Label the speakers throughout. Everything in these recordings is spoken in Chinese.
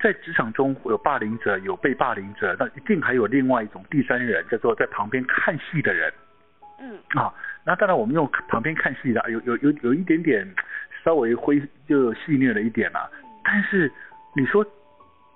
Speaker 1: 在职场中有霸凌者，有被霸凌者，那一定还有另外一种第三人，叫做在旁边看戏的人
Speaker 2: 嗯
Speaker 1: 啊。那当然，我们用旁边看戏的，有有有有一点点稍微灰就戏谑了一点啦、但是你说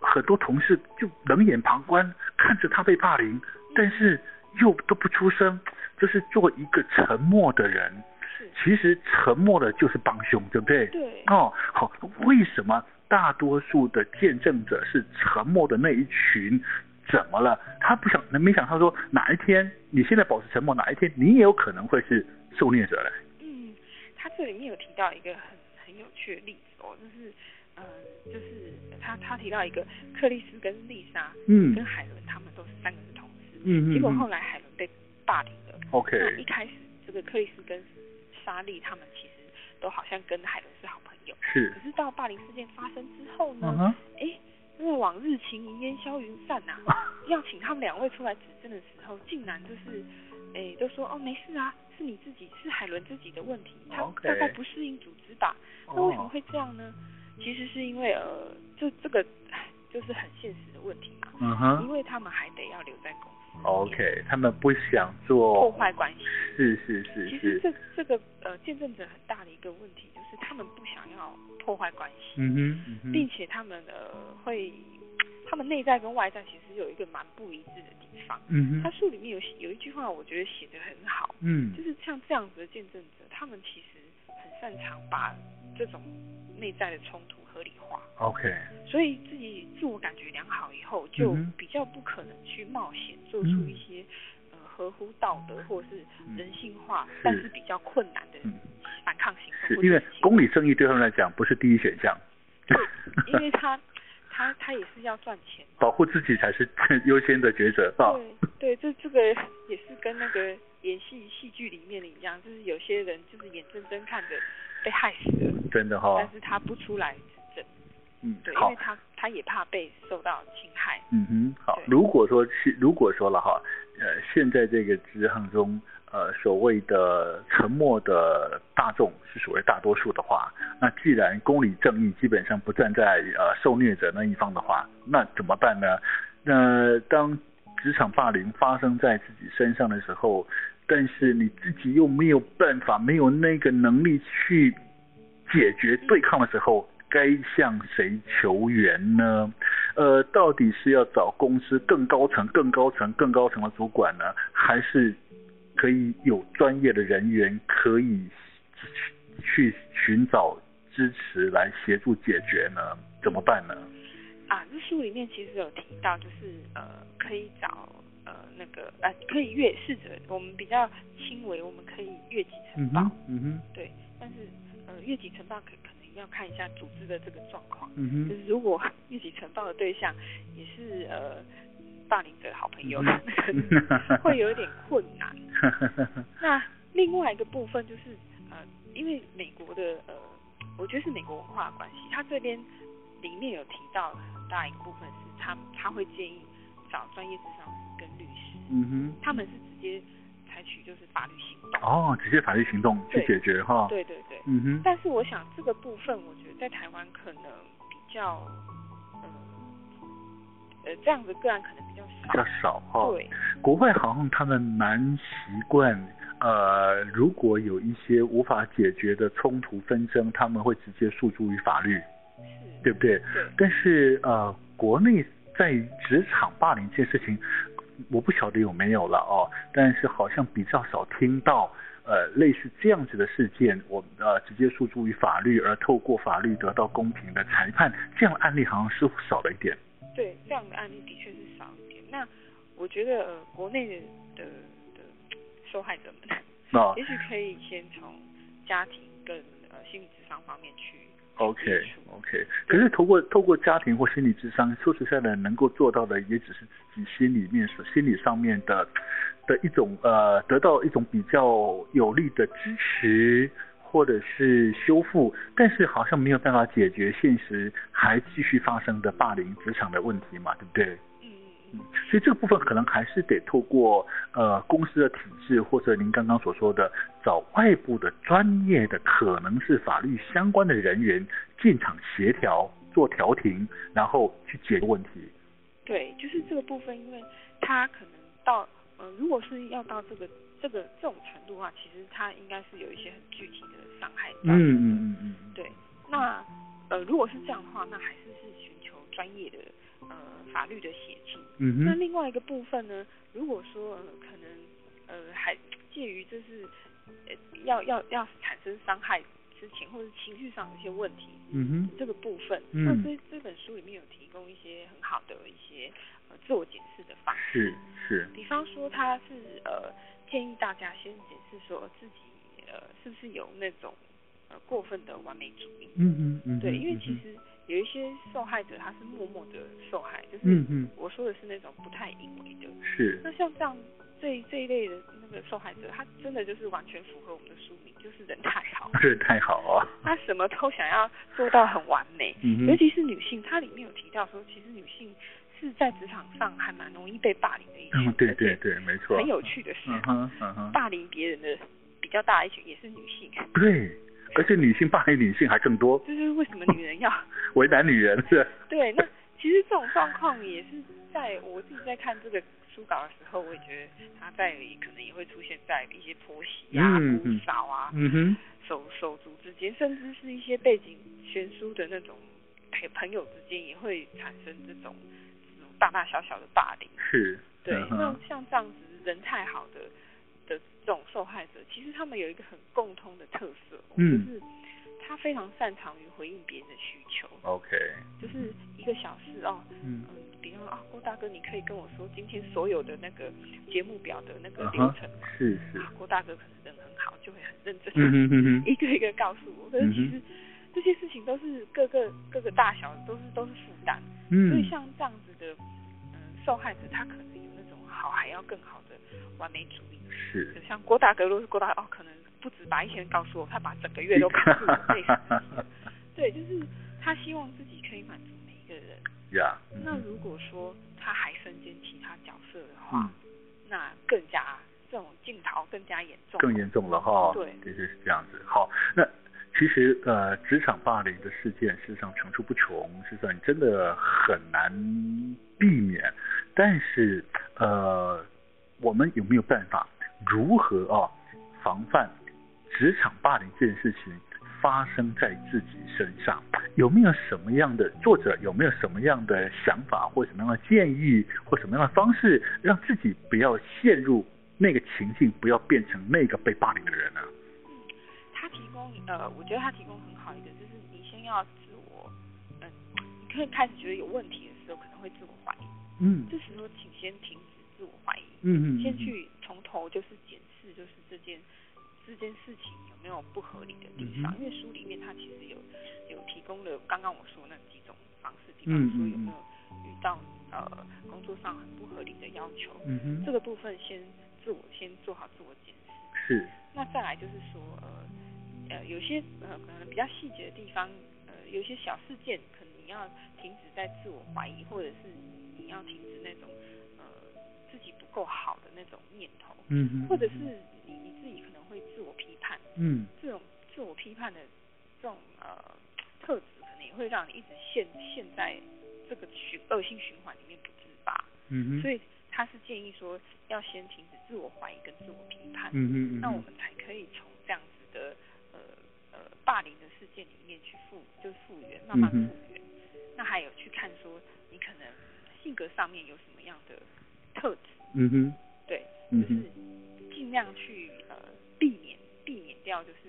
Speaker 1: 很多同事就冷眼旁观，看着他被霸凌，但是又都不出声，就是做一个沉默的人。
Speaker 2: 是，
Speaker 1: 其实沉默的就是帮凶，对不对？
Speaker 2: 对，
Speaker 1: 哦，好，为什么大多数的见证者是沉默的那一群？怎么了？他不想，没想到说哪一天你现在保持沉默，哪一天你也有可能会是受虐者嘞。
Speaker 2: 嗯，他这里面有提到一个很很有趣的例子哦，就是嗯、呃就是他他提到一个克里斯跟丽莎
Speaker 1: 嗯
Speaker 2: 跟海伦他们都是三个是同事，
Speaker 1: 嗯
Speaker 2: 结果
Speaker 1: 嗯
Speaker 2: 后
Speaker 1: 嗯
Speaker 2: 来嗯海伦被霸凌了。
Speaker 1: ，OK，
Speaker 2: 那一开始这个克里斯跟莎莉他们其实都好像跟海伦是好朋友，
Speaker 1: 是
Speaker 2: 可，是到霸凌事件发生之后
Speaker 1: 嗯
Speaker 2: 呢，
Speaker 1: 哼，
Speaker 2: 哎、真的往日情一烟消云散啊呐、要请他们两位出来指证的时候，竟然就是，哎，都说哦没事啊，是你自己，是海伦自己的问题，他
Speaker 1: 哦 OK
Speaker 2: 大概不适应组织吧。那为什么
Speaker 1: 哦，
Speaker 2: 会这样呢？其实是因为呃，就这个唉就是很现实的问题嘛，
Speaker 1: 嗯哦
Speaker 2: 因
Speaker 1: 哼
Speaker 2: 为他们还得要留在公司
Speaker 1: ，OK，他们不想
Speaker 2: 破
Speaker 1: 做，
Speaker 2: 坏关系。
Speaker 1: 是是是
Speaker 2: 其
Speaker 1: 是，
Speaker 2: 实这这个呃见证者很大的一个问题就是他们不想要破坏关系，
Speaker 1: 嗯哼，嗯哼
Speaker 2: 并且他们呃会，他们内在跟外在其实有一个蛮不一致的地方。
Speaker 1: 嗯
Speaker 2: 他
Speaker 1: 哼，
Speaker 2: 书里面有写有一句话，我觉得写的很好，
Speaker 1: 嗯
Speaker 2: 就是像这样子的见证者，他们其实很擅长把这种内在的冲突合理化，
Speaker 1: ，OK，
Speaker 2: 所以自己自我感觉良好以后，
Speaker 1: 嗯
Speaker 2: 就
Speaker 1: 哼嗯
Speaker 2: 比较不可能去冒险做出一些、呃合乎道德或者是人性化，但是比较困难的
Speaker 1: 嗯
Speaker 2: 反抗行
Speaker 1: 是
Speaker 2: 动或
Speaker 1: 因
Speaker 2: 者
Speaker 1: 为
Speaker 2: 是行
Speaker 1: 公
Speaker 2: 为，
Speaker 1: 理正义对他们来讲不是第一选项，
Speaker 2: 因为他他他也是要赚钱嘛，
Speaker 1: 保护自己才是 优先的抉择吧。
Speaker 2: 对对，这这个也是跟那个演戏戏剧里面的一样，就是有些人就是眼睁睁看着被害死了，
Speaker 1: 真的哈、
Speaker 2: 但是他不出来指证，
Speaker 1: 嗯
Speaker 2: 对，，因
Speaker 1: 哦好
Speaker 2: 为，他他也怕被受到侵害。
Speaker 1: 嗯哼，好
Speaker 2: 对。
Speaker 1: 如果说是，如果说了哈，呃，现在这个职场中，呃，所谓的沉默的大众是所谓大多数的话，那既然公理正义基本上不站在呃受虐者那一方的话，那怎么办呢？那当职场霸凌发生在自己身上的时候，但是你自己又没有办法，没有那个能力去解决对抗的时候，该向谁求援呢？呃，到底是要找公司更高层、更高层、更高层的主管呢，还是可以有专业的人员可以去寻找支持来协助解决呢？怎么办呢？
Speaker 2: 啊，这书里面其实有提到，就是呃，可以找呃那个呃，可以越试着我们比较轻微，我们可以越级承包，，
Speaker 1: 嗯哼，
Speaker 2: 对，但是呃越级承包可可能要看一下组织的这个状况，
Speaker 1: 嗯
Speaker 2: 就
Speaker 1: 哼，
Speaker 2: 是如果越级承包的对象也是呃霸凌者的好朋友， 会有一点困难。那另外一个部分就是呃，因为美国的呃，我觉得是美国文化的关系，他这边里面有提到很大一个部分是他他会建议找专业智商师跟律师，
Speaker 1: 嗯
Speaker 2: 他们是直接采取就是法律行动
Speaker 1: 哼，。哦，直接法律行动去解决哈。
Speaker 2: 对对对。
Speaker 1: 嗯哼，
Speaker 2: 但是我想这个部分，我觉得在台湾可能比较呃呃这样子个案可能比较
Speaker 1: 比较
Speaker 2: 少。
Speaker 1: 少哈。
Speaker 2: 对，
Speaker 1: 国外航空他们蛮习惯，呃，如果有一些无法解决的冲突纷争，他们会直接诉诸于法律，
Speaker 2: 是，
Speaker 1: 对不对？
Speaker 2: 对。
Speaker 1: 但是呃，国内在职场霸凌这件事情，我不晓得有没有了哦，但是好像比较少听到。呃，类似这样子的事件，我呃直接诉诸于法律，而透过法律得到公平的裁判，这样的案例好像似乎少了一点。
Speaker 2: 对，这样的案例的确是少一点。那我觉得呃，国内的的的受害者们，
Speaker 1: 那、
Speaker 2: 也许可以先从家庭跟呃心理智商方面去
Speaker 1: OK
Speaker 2: 接触
Speaker 1: OK，可是透过透过家庭或心理智商，说实在的，能够做到的也只是自己心里面所心理上面的的一种呃，得到一种比较有力的支持或者是修复，但是好像没有办法解决现实还继续发生的霸凌职场的问题嘛，对不对？
Speaker 2: 嗯嗯
Speaker 1: 嗯
Speaker 2: 嗯，
Speaker 1: 所以这个部分可能还是得透过呃公司的体制，或者您刚刚所说的找外部的专业的，可能是法律相关的人员进场协调，做调停，然后去解决问题。
Speaker 2: 对，就是这个部分，因为他可能到，嗯、如果是要到这个这个这种程度的话，其实他应该是有一些很具体的伤害。
Speaker 1: 嗯嗯嗯嗯嗯，
Speaker 2: 对，那呃，如果是这样的话，那还是是寻求专业的呃法律的协助。
Speaker 1: 嗯
Speaker 2: 那
Speaker 1: 哼，
Speaker 2: 另外一个部分呢，如果说、呃、可能呃还介于就是、呃、要要要产生伤害之前，或者情绪上的一些问题
Speaker 1: 嗯哼，
Speaker 2: 这个部分，
Speaker 1: 嗯
Speaker 2: 那这这本书里面有提供一些很好的一些呃自我检视的方式，
Speaker 1: 是是，
Speaker 2: 比方说他是呃建议大家先检视说自己呃是不是有那种呃过分的完美主义，
Speaker 1: 嗯哼嗯哼，
Speaker 2: 对，因为其
Speaker 1: 嗯哼
Speaker 2: 实有一些受害者他是默默的受害，就是。
Speaker 1: 嗯哼
Speaker 2: 我说的是那种不太隐微的。
Speaker 1: 是，
Speaker 2: 那像这样这一这一类的那个受害者，他真的就是完全符合我们的书名，就是人太好，
Speaker 1: 这太好啊，
Speaker 2: 他什么都想要做到很完美，
Speaker 1: 嗯哼，
Speaker 2: 尤其是女性，它里面有提到说，其实女性是在职场上还蛮容易被霸凌的一群，
Speaker 1: 嗯对对
Speaker 2: 而
Speaker 1: 对，没
Speaker 2: 且
Speaker 1: 错，
Speaker 2: 很有趣的是，
Speaker 1: 嗯哼嗯哼，
Speaker 2: 霸凌别人的比较大一群也是女性，
Speaker 1: 对，而且女性霸凌女性还更多，
Speaker 2: 这就是为什么女人要
Speaker 1: 为难女人是，
Speaker 2: 对，那其实这种状况也是在我自己在看这个书稿的时候，我也觉得它在可能也会出现在一些婆媳啊、
Speaker 1: 嗯
Speaker 2: 姑
Speaker 1: 嗯
Speaker 2: 嫂啊、
Speaker 1: 嗯哼，
Speaker 2: 手手足之间，甚至是一些背景悬殊的那种朋朋友之间，也会产生这种这种大大小小的霸凌。
Speaker 1: 是，
Speaker 2: 对，
Speaker 1: 嗯
Speaker 2: 那
Speaker 1: 哼，
Speaker 2: 像这样子人太好的的这种受害者，其实他们有一个很共通的特色哦，
Speaker 1: 嗯
Speaker 2: 就是他非常擅长于回应别人的需求，
Speaker 1: ，OK，
Speaker 2: 就是一个小事哦，
Speaker 1: 嗯
Speaker 2: 嗯，比方说啊，郭大哥，你可以跟我说今天所有的那个节目表的那个
Speaker 1: 嗯
Speaker 2: 流
Speaker 1: 哼
Speaker 2: 程吗？
Speaker 1: 是是，
Speaker 2: 啊，郭大哥可能人很好，就会很认真，
Speaker 1: 嗯哼嗯 哼，
Speaker 2: 一个一个告诉我。可是其
Speaker 1: 嗯哼
Speaker 2: 实这些事情都是各个各个大小都是都是负担，所以
Speaker 1: 嗯，
Speaker 2: 像这样子的，嗯，受害者他可能有那种好还要更好的完美主义，
Speaker 1: 是
Speaker 2: 就。像郭大哥，如果是郭大哥哦，可能不止把一天告诉我，他把整个月都告诉我，类 似这些对，就是他希望自己可以满足每一个人。
Speaker 1: 呀，嗯
Speaker 2: 那如果说他还身兼其他角色的话，
Speaker 1: 嗯
Speaker 2: 那更加这种镜头更加严重。
Speaker 1: 更严重了哈。
Speaker 2: 对
Speaker 1: 的确是这样子。好，那其实呃，职场霸凌的事件事实上层出不穷，事实上真的很难避免。但是呃，我们有没有办法如何啊防范职场霸凌这件事情？发生在自己身上，有没有什么样的作者有没有什么样的想法或什么样的建议或什么样的方式，让自己不要陷入那个情境，不要变成那个被霸凌的人呢、
Speaker 2: 他提供呃，我觉得他提供很好一个，就是你先要自我，嗯、你可以开始觉得有问题的时候，可能会自我怀疑。
Speaker 1: 嗯
Speaker 2: 这时候，请先停止自我怀疑，
Speaker 1: 嗯
Speaker 2: 先去从头就是检视，就是这件这件事情有没有不合理的地
Speaker 1: 嗯
Speaker 2: 方。
Speaker 1: 哼
Speaker 2: 因为书里面它其实有有提供了刚刚我说那几种方式，比方
Speaker 1: 嗯
Speaker 2: 说
Speaker 1: 嗯
Speaker 2: 有没
Speaker 1: 嗯
Speaker 2: 有遇到呃工作上很不合理的要求，
Speaker 1: 嗯哼，
Speaker 2: 这个部分先自我先做好自我检视。
Speaker 1: 是
Speaker 2: 那再来就是说呃呃有些呃可能比较细节的地方，呃有些小事件可能你要停止在自我怀疑，或者是你要停止那种呃自己不够好的那种念头。
Speaker 1: 嗯哼，
Speaker 2: 或者是你你自己可能会自我批判，
Speaker 1: 嗯
Speaker 2: 这种自我批判的这种呃特质，可能也会让你一直陷陷在这个循恶性循环里面不自拔。
Speaker 1: 嗯哼，
Speaker 2: 所以他是建议说，要先停止自我怀疑跟自我批判，
Speaker 1: 嗯哼嗯哼，
Speaker 2: 那我们才可以从这样子的呃呃霸凌的事件里面去复就是复原，慢慢
Speaker 1: 嗯哼
Speaker 2: 复原。那还有去看说，你可能性格上面有什么样的特质，
Speaker 1: 嗯哼
Speaker 2: 对，
Speaker 1: 嗯
Speaker 2: 就是
Speaker 1: 哼
Speaker 2: 尽量去呃避免避免掉，就是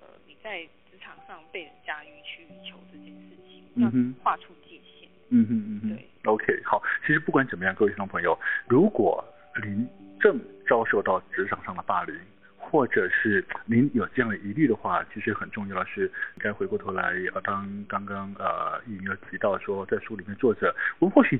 Speaker 2: 呃你在职场上被人家予取予求这件事情，要
Speaker 1: 嗯哼
Speaker 2: 画出界限。
Speaker 1: 嗯哼嗯哼
Speaker 2: 对，
Speaker 1: ，OK，好。其实不管怎么样，各位听众朋友，如果您正遭受到职场上的霸凌，或者是您有这样的疑虑的话，其实很重要的是，该回过头来，呃，当刚刚呃，已经有提到说，在书里面作者，我们或许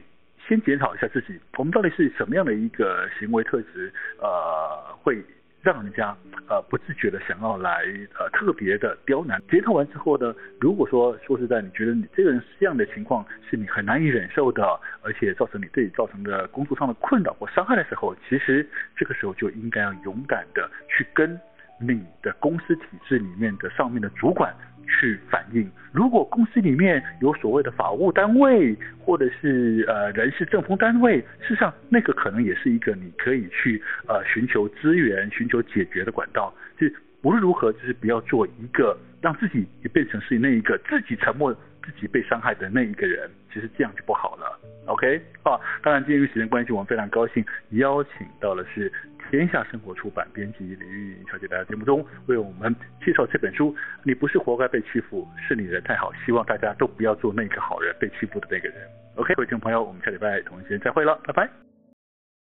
Speaker 1: 先检讨一下自己，我们到底是什么样的一个行为特质，呃，会让人家呃不自觉的想要来呃特别的刁难。检讨完之后呢，如果说说实在，你觉得你这个人这样的情况是你很难以忍受的，而且造成你对你造成的工作上的困扰或伤害的时候，其实这个时候就应该要勇敢的去跟你的公司体制里面的上面的主管去反映。如果公司里面有所谓的法务单位，或者是呃人事政风单位，事实上那个可能也是一个你可以去呃寻求资源、寻求解决的管道。就是无论如何，就是不要做一个让自己也变成是那一个自己沉默、自己被伤害的那一个人，其实这样就不好了。OK，啊，当然鉴于时间关系，我们非常高兴邀请到的是天下生活出版编辑李玉莹小姐来到节目中，为我们介绍这本书《你不是活该被欺负，是你人太好》，希望大家都不要做那个好人，被欺负的那个人。OK，各位听众朋友，我们下礼拜同一时间再会了，拜拜。